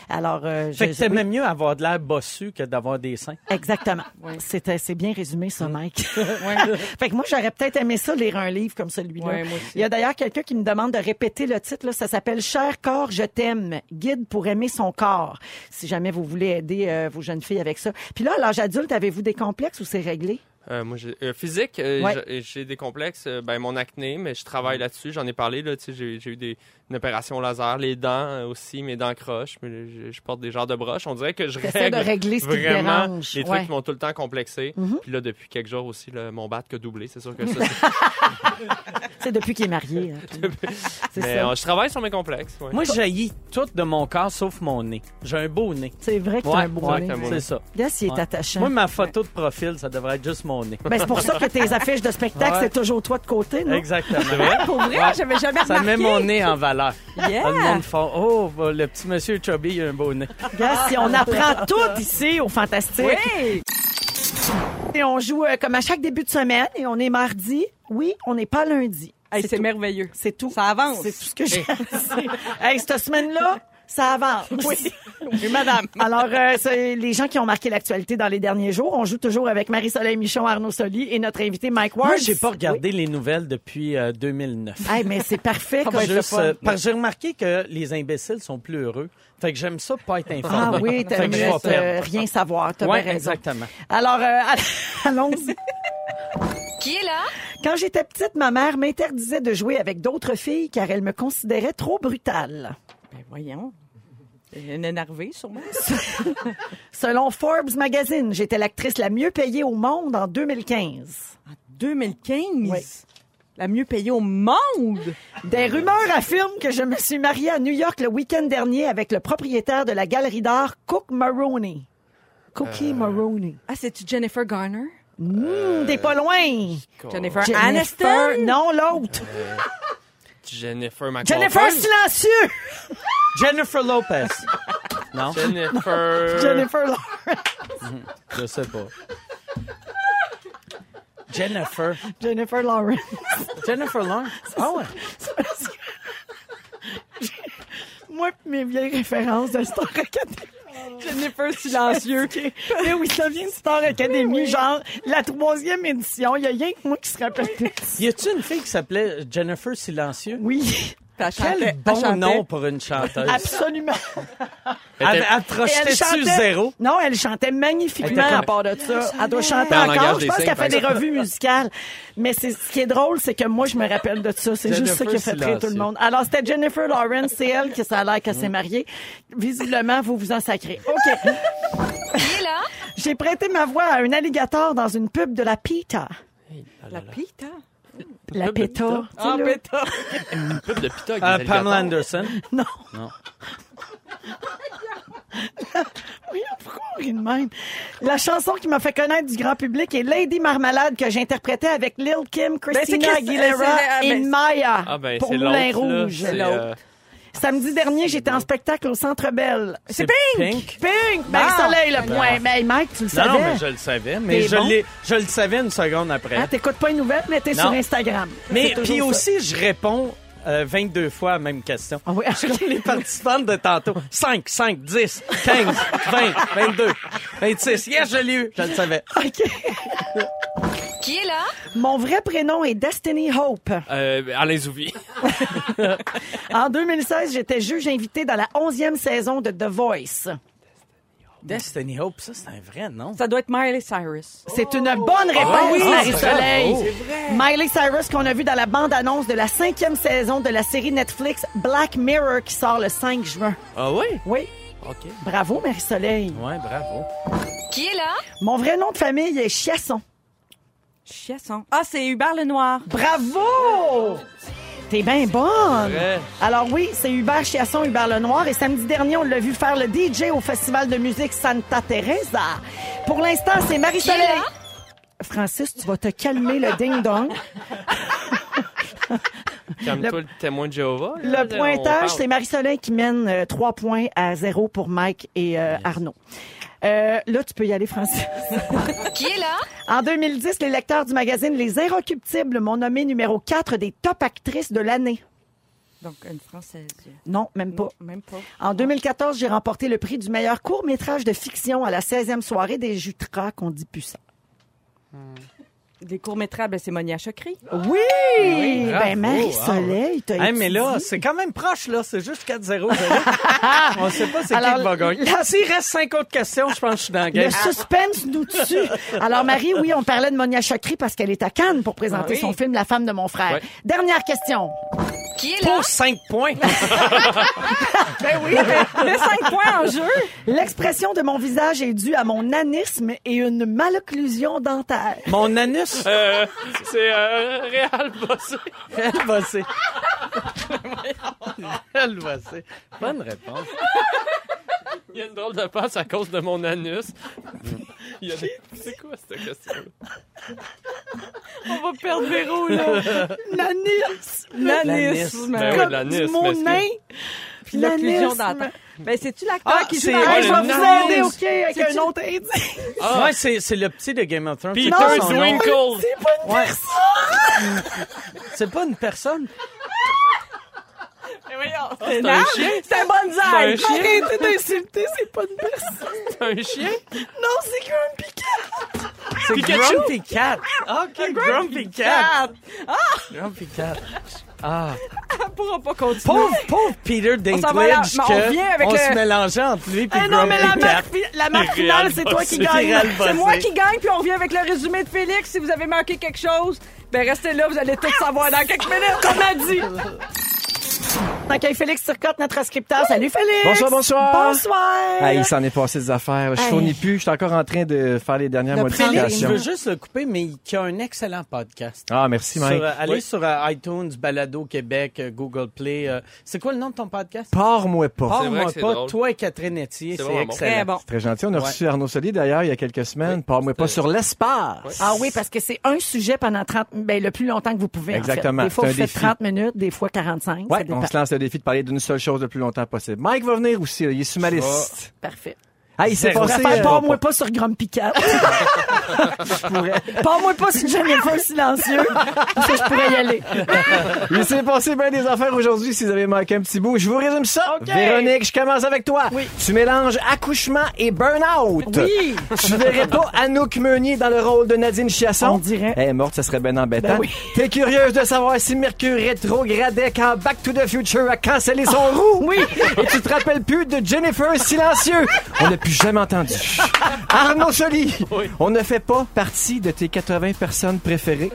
Speaker 3: Alors, euh,
Speaker 4: Fait que
Speaker 3: oui.
Speaker 4: t'aimais mieux avoir de l'air bossu que d'avoir des seins.
Speaker 3: Exactement.
Speaker 5: Ouais.
Speaker 3: C'était, c'est bien résumé, ça, Mike.
Speaker 5: Ouais.
Speaker 3: *laughs* fait que moi, j'aurais peut-être aimé ça, lire un livre comme celui-là.
Speaker 5: Ouais, moi aussi.
Speaker 3: Il y a d'ailleurs quelqu'un qui me demande de répéter le titre. Là. Ça s'appelle « Cher corps, je t'aime. Guide pour aimer son corps ». Si jamais vous voulez aider euh, vos jeunes filles avec ça. Puis là, à l'âge adulte, avez-vous des complexes ou c'est réglé?
Speaker 6: Euh, moi, j'ai- euh, physique, euh,
Speaker 3: Ouais. Mm-hmm.
Speaker 6: j'ai- j'ai des complexes. euh, ben, mon acné, mais je travaille là-dessus. J'en ai parlé. Là, tu sais, j'ai j'ai eu des, une opération laser, les dents euh, aussi, mes dents croches. Mais je, je porte des genres de broches. On dirait que je
Speaker 3: T'essaies
Speaker 6: règle *laughs*
Speaker 3: de régler ce qui te
Speaker 6: vraiment
Speaker 3: dérange.
Speaker 6: les trucs
Speaker 3: Ouais.
Speaker 6: qui m'ont tout le temps complexé.
Speaker 3: Mhm.
Speaker 6: Puis là, depuis quelques jours aussi, là, mon bat que doublé. C'est sûr que
Speaker 3: *laughs*
Speaker 6: ça. c'est-
Speaker 3: C'est depuis qu'il est marié. hein, puis- C'est
Speaker 6: mais
Speaker 3: ça.
Speaker 6: euh, je travaille sur mes complexes. ouais.
Speaker 4: Moi, j'haïs tout de mon corps sauf mon nez. J'ai un beau nez.
Speaker 3: C'est vrai que t'as
Speaker 4: Ouais,
Speaker 3: un beau
Speaker 4: ouais,
Speaker 3: nez.
Speaker 6: t'as un beau
Speaker 4: c'est ça.
Speaker 3: Regarde s'il est
Speaker 4: Ouais.
Speaker 3: attachant. *laughs*
Speaker 4: Moi, ma photo de profil, ça devrait être juste mon nez.
Speaker 3: Ben, c'est pour ça que tes affiches de spectacle,
Speaker 4: Ouais.
Speaker 3: c'est toujours toi de côté, non?
Speaker 4: Exactement.
Speaker 5: Pour vrai, j'avais jamais
Speaker 4: Ça met
Speaker 5: remarqué.
Speaker 4: mon nez en valeur.
Speaker 5: Yeah.
Speaker 3: Ah!
Speaker 4: Le monde font Oh, bah, le petit monsieur Chubby, il a un beau nez.
Speaker 3: Regarde, Hein? si on apprend tout ici au Fantastique.
Speaker 5: Oui.
Speaker 3: Et on joue euh, comme à chaque début de semaine et on est mardi. Oui, on n'est pas lundi.
Speaker 5: Hey,
Speaker 3: C'est
Speaker 5: c'est
Speaker 3: tout.
Speaker 5: merveilleux.
Speaker 3: C'est tout.
Speaker 5: Ça avance.
Speaker 3: C'est tout ce que j'ai à dire. Hey, cette semaine-là, ça avance.
Speaker 5: Oui. Oui, madame.
Speaker 3: Alors, euh, c'est les gens qui ont marqué l'actualité dans les derniers jours, on joue toujours avec Marie-Soleil Michon, Arnaud Soli et notre invité Mike Ward.
Speaker 4: Moi, j'ai pas regardé les nouvelles depuis euh, 2009.
Speaker 3: Oui. Hey, mais c'est parfait. comme
Speaker 4: Juste, euh, parce que j'ai remarqué que les imbéciles sont plus heureux. Fait que j'aime ça pas être
Speaker 3: Ah
Speaker 4: informé.
Speaker 3: oui,
Speaker 4: Fait
Speaker 3: t'aimes
Speaker 4: que je vais
Speaker 3: euh,
Speaker 4: perdre.
Speaker 3: rien savoir. T'as
Speaker 4: Ouais,
Speaker 3: bien raison.
Speaker 4: exactement.
Speaker 3: Alors, euh, *laughs* allons-y.
Speaker 2: Qui est là?
Speaker 3: Quand j'étais petite, ma mère m'interdisait de jouer avec d'autres filles car elle me considérait trop brutale.
Speaker 5: Ben voyons. Une énervée, sûrement. *laughs*
Speaker 3: Selon Forbes Magazine, j'étais l'actrice la mieux payée au monde en 2015.
Speaker 5: En 2015,
Speaker 3: Oui.
Speaker 5: la mieux payée au monde.
Speaker 3: Des rumeurs affirment que je me suis mariée à New York le week-end dernier avec le propriétaire de la galerie d'art Cook Maroney. Cookie Maroney.
Speaker 5: Ah, c'est-tu Jennifer Garner?
Speaker 3: Mmh, T'es pas loin.
Speaker 5: euh, Jennifer,
Speaker 3: Jennifer-
Speaker 5: Aniston?
Speaker 3: Non, l'autre.
Speaker 6: Jennifer ma
Speaker 3: Jennifer
Speaker 6: compagne.
Speaker 3: Silencieux. *laughs*
Speaker 4: Jennifer Lopez. non,
Speaker 5: Euh.
Speaker 6: Jennifer.
Speaker 3: Jennifer Lawrence.
Speaker 4: je sais pas. Jennifer.
Speaker 3: Jennifer Lawrence.
Speaker 4: Jennifer Lawrence. Ah ouais.
Speaker 3: Moi, pis mes vieilles références de Star Academy.
Speaker 5: Jennifer Silencieux.
Speaker 3: Mais oui, ça vient de Star Academy, genre la troisième édition. Il y a rien que moi qui se rappelle de ça.
Speaker 4: Y a-tu une fille qui s'appelait Jennifer Silencieux?
Speaker 3: Oui,
Speaker 5: Puis elle chantait-
Speaker 4: Quel
Speaker 5: elle
Speaker 4: bon
Speaker 5: chantait.
Speaker 4: nom pour une chanteuse.
Speaker 3: absolument.
Speaker 4: Elle,
Speaker 6: Elle
Speaker 4: elle te
Speaker 3: Et
Speaker 4: rejetait dessus Ah, zéro.
Speaker 3: Non, elle chantait
Speaker 4: Elle
Speaker 3: magnifiquement
Speaker 4: était
Speaker 3: à
Speaker 4: comme- Ah,
Speaker 3: part de ça. Elle doit
Speaker 4: Ben,
Speaker 3: chanter
Speaker 6: Dans le
Speaker 3: encore.
Speaker 6: langage
Speaker 3: Je
Speaker 6: des
Speaker 3: pense
Speaker 6: signes,
Speaker 3: qu'elle
Speaker 6: par
Speaker 3: fait
Speaker 4: hein,
Speaker 3: des
Speaker 6: exemple.
Speaker 3: revues musicales. Mais c'est ce qui est drôle, c'est que moi, je me rappelle de ça. C'est juste ça qui a fait
Speaker 4: Jennifer
Speaker 3: rire tout le
Speaker 4: Silencieux. Mm.
Speaker 3: monde. Alors, c'était Jennifer Lawrence. C'est elle que ça a l'air qu'elle s'est mariée. Visiblement, vous vous en sacrez. OK.
Speaker 2: Qui est là?
Speaker 3: *laughs* J'ai prêté ma voix à un alligator dans une pub de la PETA.
Speaker 5: La hein? pita.
Speaker 3: La PETA. tu sais,
Speaker 4: Ah,
Speaker 3: là.
Speaker 5: pita.
Speaker 6: Pub de Pita avec
Speaker 4: Euh,
Speaker 6: des alligators.
Speaker 4: Pamela Anderson.
Speaker 3: Non. *laughs*
Speaker 4: Non.
Speaker 3: Oui, pourquoi on rit de même? La chanson qui m'a fait connaître du grand public est Lady Marmalade que j'interprétais avec Lil Kim,
Speaker 5: Ben, c'est
Speaker 3: Christina
Speaker 5: Chris-
Speaker 3: Aguilera
Speaker 5: c'est
Speaker 3: et
Speaker 5: la- ben,
Speaker 3: Maya
Speaker 6: Ah ben
Speaker 3: pour
Speaker 6: c'est
Speaker 3: Moulin
Speaker 6: l'autre. là.
Speaker 3: Rouge.
Speaker 6: C'est, euh,
Speaker 3: Samedi dernier, j'étais en spectacle au Centre Belle.
Speaker 4: C'est Pink.
Speaker 3: Pink! Ben,
Speaker 5: Bon.
Speaker 3: soleil, le point. Ben, Mike, tu le
Speaker 4: Non,
Speaker 3: savais.
Speaker 4: non, mais je le savais. Mais
Speaker 3: T'es
Speaker 4: je,
Speaker 3: bon?
Speaker 4: l'ai- je le savais une seconde après.
Speaker 3: Hein, t'écoutes pas une nouvelle, mais t'es
Speaker 4: Non.
Speaker 3: sur Instagram.
Speaker 4: mais
Speaker 3: C'est toujours
Speaker 4: puis
Speaker 3: ça.
Speaker 4: aussi, je réponds euh, 22 fois à la même question.
Speaker 3: Ah oui,
Speaker 4: Je suis comme les participants de tantôt. 5, 5, 10, 15, 20, 22, 26. Yes, je l'ai eu. Je le savais.
Speaker 3: *laughs* OK.
Speaker 2: Qui est là?
Speaker 3: Mon vrai prénom est Destiny Hope.
Speaker 6: euh,
Speaker 3: *laughs*
Speaker 6: Alain Zouvi.
Speaker 3: En 2016, j'étais juge invité dans la 11e saison de The Voice.
Speaker 4: Destiny Hope, ça, c'est un vrai nom.
Speaker 5: Ça doit être Miley Cyrus.
Speaker 3: C'est une bonne réponse,
Speaker 4: Oh! Ah oui,
Speaker 3: Marie-Soleil.
Speaker 4: c'est Oh.
Speaker 3: Miley Cyrus qu'on a vu dans la bande-annonce de la cinquième saison de la série Netflix Black Mirror qui sort le 5 juin.
Speaker 4: Ah oui?
Speaker 3: Oui,
Speaker 4: OK.
Speaker 3: bravo Marie-Soleil.
Speaker 4: Ouais, bravo.
Speaker 2: Qui est là?
Speaker 3: Mon vrai nom de famille est Chiasson.
Speaker 5: Chiasson. Ah, c'est Hubert Lenoir.
Speaker 3: Bravo! T'es bien bonne!
Speaker 6: Vrai.
Speaker 3: Alors oui, c'est Hubert Chiasson, Hubert Lenoir. Et samedi dernier, on l'a vu faire le DJ au Festival de musique Santa Teresa. Pour l'instant, c'est
Speaker 2: Qui est
Speaker 3: Marie-Soleil.
Speaker 2: là?
Speaker 3: Francis, tu vas te calmer le
Speaker 2: *laughs*
Speaker 3: ding-dong.
Speaker 6: Calme-toi le témoin de Jéhovah. là,
Speaker 3: Le
Speaker 6: là, on
Speaker 3: pointage,
Speaker 6: parle.
Speaker 3: c'est Marie-Soleil qui mène euh, trois points à zéro pour Mike et euh, Arnaud. Euh, là, tu peux y aller, Francis.
Speaker 2: *laughs* Qui est là?
Speaker 3: En 2010, les lecteurs du magazine Les Inrecuptibles m'ont nommé numéro 4 des top actrices de l'année.
Speaker 5: Donc, une Française.
Speaker 3: Non, même pas.
Speaker 5: Non, même pas.
Speaker 3: En 2014, j'ai remporté le prix du meilleur court-métrage de fiction à la 16e soirée des Jutras qu'on dit puissant.
Speaker 5: Les courts-métrages, ben, c'est Monia Chokri.
Speaker 3: Oui!
Speaker 4: oui, bravo,
Speaker 3: ben, Marie-Soleil, t'as
Speaker 4: Hey, mais là,
Speaker 3: étudié.
Speaker 4: c'est quand même proche, là. C'est juste 4-0. *laughs* On ne sait pas c'est qui
Speaker 3: Alors,
Speaker 4: qui va gagner.
Speaker 3: la-
Speaker 4: S'il reste 5 autres questions, je pense que je suis dans la
Speaker 3: Le
Speaker 4: game.
Speaker 3: suspense nous tue. Alors, Marie, oui, on parlait de Monia Chokri parce qu'elle est à Cannes pour présenter
Speaker 4: Ah oui.
Speaker 3: son film La femme de mon frère.
Speaker 6: Ouais.
Speaker 3: Dernière question.
Speaker 2: Qui est là
Speaker 4: Pour 5 points.
Speaker 3: Ben
Speaker 5: *laughs*
Speaker 3: oui,
Speaker 5: Le 5 points en jeu.
Speaker 3: *laughs* L'expression de mon visage est due à mon anisme et une malocclusion dentaire.
Speaker 4: *laughs* Mon anus,
Speaker 6: Euh, c'est euh, Réal Bossé.
Speaker 4: elle va c'est. Elle va c'est. Bonne réponse.
Speaker 6: Il y a une drôle de passe à cause de
Speaker 4: *laughs*
Speaker 6: mon anus. Il y a des... C'est quoi cette question-là?
Speaker 5: On va perdre Véro, là.
Speaker 3: L'anisme.
Speaker 5: L'anisme.
Speaker 6: Ben oui,
Speaker 3: Comme
Speaker 6: l'anisme,
Speaker 3: du mon
Speaker 6: est-ce que-
Speaker 3: nain.
Speaker 5: Puis l'occlusion
Speaker 3: L'anisme.
Speaker 5: dentaire. Ben, c'est-tu l'acteur
Speaker 4: Ah,
Speaker 5: qui joue
Speaker 4: c'est-
Speaker 5: dans-
Speaker 4: Ah,
Speaker 3: Hey, je vais
Speaker 4: le nain.
Speaker 3: vous aider, OK, avec
Speaker 5: C'est-tu-
Speaker 3: un autre indice.
Speaker 6: Ah.
Speaker 4: Ouais, c'est c'est le petit de Game of Thrones. C'est
Speaker 6: Peter
Speaker 4: pas son nom.
Speaker 6: Zwinkle!
Speaker 3: C'est pas une
Speaker 4: Ouais.
Speaker 3: personne.
Speaker 4: C'est pas une personne.
Speaker 5: Mais voyons,
Speaker 6: C'est un chien?
Speaker 3: C'est un
Speaker 4: Ben,
Speaker 3: bonsaï.
Speaker 6: un chien.
Speaker 3: Arrêtez d'insulter, c'est pas une personne.
Speaker 6: C'est un chien?
Speaker 3: Non, c'est qu'un piquet.
Speaker 4: C'est
Speaker 6: Pikachu.
Speaker 4: Grumpy Cat. Ah, OK, Grumpy
Speaker 3: Ah,
Speaker 4: Cat. Grumpy Cat. Ah.
Speaker 5: on pourra pas continuer.
Speaker 4: Pauvre, pauvre Peter
Speaker 5: s'en va là,
Speaker 4: Dinklage
Speaker 5: mais on
Speaker 4: que
Speaker 5: vient avec
Speaker 4: on
Speaker 5: le-
Speaker 4: se mélangeait entre lui et
Speaker 3: Eh
Speaker 4: Grumpy
Speaker 3: non, mais la
Speaker 4: Cat.
Speaker 3: marque, fi- la marque finale, c'est toi qui
Speaker 4: Bossé.
Speaker 3: gagne.
Speaker 4: Réal
Speaker 5: C'est
Speaker 4: Bossé.
Speaker 5: moi qui gagne, puis on revient avec le résumé de Félix. Si vous avez manqué quelque chose, ben restez là, vous allez tout savoir dans quelques minutes, comme a dit.
Speaker 3: On accueille Félix Turcotte, notre scripteur. Salut, Félix.
Speaker 7: Bonsoir, bonsoir.
Speaker 3: Bonsoir.
Speaker 7: Ah, il s'en est passé des affaires. Je
Speaker 3: Hey.
Speaker 7: fournis plus. Je suis encore en train de faire les dernières
Speaker 3: Le
Speaker 4: Félix, je
Speaker 7: modifications.
Speaker 4: veux juste le couper, mais il qui a un excellent podcast.
Speaker 7: Ah, merci,
Speaker 4: Sur,
Speaker 7: Mike.
Speaker 4: euh, allez
Speaker 7: Oui.
Speaker 4: sur euh, iTunes, Balado Québec, euh, Google Play. euh, c'est quoi le nom de ton podcast?
Speaker 7: Pars-moi pas.
Speaker 6: vrai que
Speaker 4: Parle-moi
Speaker 6: c'est
Speaker 4: pas,
Speaker 6: drôle.
Speaker 4: toi et Catherine Etier,
Speaker 6: C'est
Speaker 4: c'est
Speaker 6: vraiment bon.
Speaker 5: Très
Speaker 4: excellent.
Speaker 5: Eh bon.
Speaker 7: C'est Très gentil. On a
Speaker 4: Ouais.
Speaker 7: reçu Arnaud Soli, d'ailleurs, il y a quelques semaines. Parle-moi pas
Speaker 6: C'était-
Speaker 7: sur l'espace.
Speaker 3: Ah oui, parce que c'est un sujet pendant 30, ben, le plus longtemps que vous pouvez. en fait.
Speaker 7: Exactement.
Speaker 3: Des fois,
Speaker 7: C'est
Speaker 3: vous
Speaker 7: un
Speaker 3: faites
Speaker 7: défi.
Speaker 3: 30 minutes, des fois 45. ça
Speaker 7: Ouais,
Speaker 3: dépend.
Speaker 7: on se lance le défi de parler d'une seule chose le plus longtemps possible. Mike va venir aussi. là. Il est sur ma liste.
Speaker 3: Parfait.
Speaker 7: Ah, il s'est
Speaker 4: Zéro.
Speaker 7: passé...
Speaker 3: Pourrait faire
Speaker 7: euh,
Speaker 3: Parle-moi pas sur Grumpy
Speaker 7: *laughs*
Speaker 3: Cat. Parle-moi pas sur Jennifer Silencieux. Parce que je pourrais y aller.
Speaker 7: Il s'est passé bien des affaires aujourd'hui si vous avez manqué un petit bout. Je vous résume ça. Véronique, je commence avec toi. Tu mélanges accouchement et burn-out.
Speaker 3: Oui.
Speaker 7: Tu verrais pas Anouk Meunier dans le rôle de Nadine Chiasson?
Speaker 3: On dirait.
Speaker 7: Elle est morte, ça serait bien embêtant.
Speaker 3: Ben oui.
Speaker 7: T'es curieuse de savoir si Mercure rétrogradait quand Back to the Future a cancellé son roue?
Speaker 3: Ah, Oui.
Speaker 7: Et tu te rappelles plus de Jennifer Silencieux? On n'a plus jamais entendu. Arnaud Soli, on ne fait pas partie de tes 80 personnes préférées.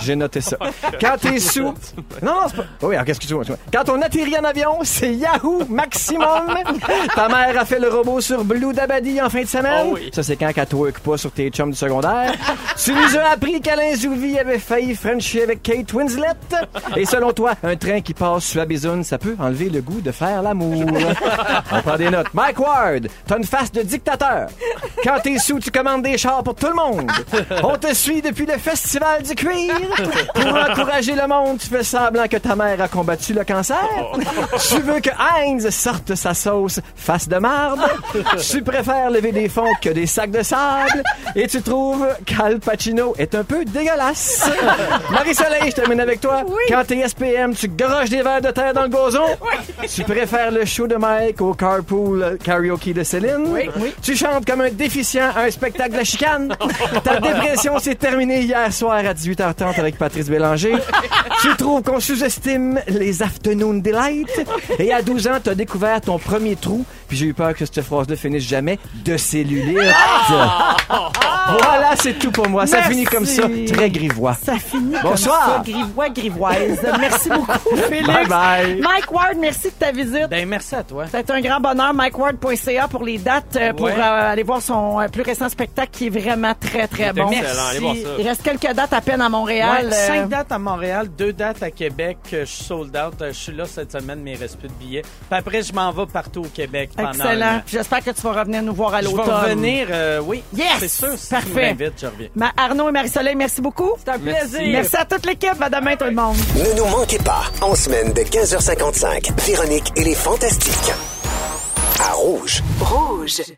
Speaker 7: J'ai noté ça. Quand t'es sous. Non, non, c'est pas. Oui, alors, qu'est-ce que tu vois? Quand on atterrit en avion, c'est Yahoo Maximum. Ta mère a fait le robot sur Blue Dabadi en fin de
Speaker 3: Ah
Speaker 7: semaine.
Speaker 6: Oh oui.
Speaker 7: Ça, c'est quand qu'elle twerk pas sur tes chums du secondaire. tu nous as appris qu'Alain Zouvi avait failli Frenchie avec Kate Winslet. Et selon toi, un train qui passe sur la bisoune, ça peut enlever le goût de faire l'amour. on prend des notes. Mike Ward, t'as une face de dictateur. Quand t'es sous, tu commandes des chars pour tout le monde. On te suit depuis le Festival du cuir. *laughs* Pour encourager le monde, tu fais semblant que ta mère a combattu le cancer. Tu veux que Heinz sorte sa sauce face de marbre. Tu préfères lever des fonds que des sacs de sable. Et tu trouves qu'Al Pacino est un peu dégueulasse. Marie-Soleil, je termine avec toi. Quand t'es SPM, tu goroches des verres de terre dans le gazon. Tu préfères le show de Mike au carpool euh, karaoke de Céline. Tu chantes comme un déficient à un spectacle de chicane. Ta dépression s'est terminée hier soir à 18h30 avec Patrice Bélanger. tu trouves qu'on sous-estime les afternoon delight. Et à 12 ans, t'as découvert ton premier trou. Puis j'ai eu peur que cette phrase ne finisse jamais de cellulite. voilà, c'est tout pour moi. Ça
Speaker 3: Merci.
Speaker 7: finit comme ça, très grivois.
Speaker 3: Ça finit
Speaker 7: Bonsoir.
Speaker 3: comme ça, grivois, grivoise. Merci beaucoup, Félix.
Speaker 7: Bye bye.
Speaker 3: Mike Ward, merci de ta visite.
Speaker 4: Ben, merci à toi.
Speaker 3: C'est un grand bonheur. MikeWard.ca pour les dates, euh, pour
Speaker 4: Ouais.
Speaker 3: euh, aller voir son euh, plus récent spectacle qui est vraiment très, très bon.
Speaker 6: excellent. Allez voir ça.
Speaker 3: Il reste quelques dates à peine à Montréal.
Speaker 4: Ouais,
Speaker 3: Euh,
Speaker 4: cinq dates à Montréal, deux dates à Québec. euh, Je suis sold out. euh, Je suis là cette semaine, mes respects de billets. Puis après, je m'en vais partout au Québec pendant un
Speaker 3: Excellent.
Speaker 4: an.
Speaker 3: Puis J'espère que tu vas revenir nous voir à
Speaker 4: hein. Je vais
Speaker 3: l'automne.
Speaker 4: revenir, euh, oui.
Speaker 3: Yes!
Speaker 4: C'est sûr. Si
Speaker 3: Parfait.
Speaker 4: Tu m'invites, je reviens.
Speaker 3: Ma- Arnaud et Marie-Soleil, merci beaucoup.
Speaker 5: C'est un plaisir.
Speaker 3: Merci à toute l'équipe. À demain, tout le monde.
Speaker 1: Ne nous manquez pas, en semaine de 15h55, Véronique et les Fantastiques. À Rouge.
Speaker 8: Rouge.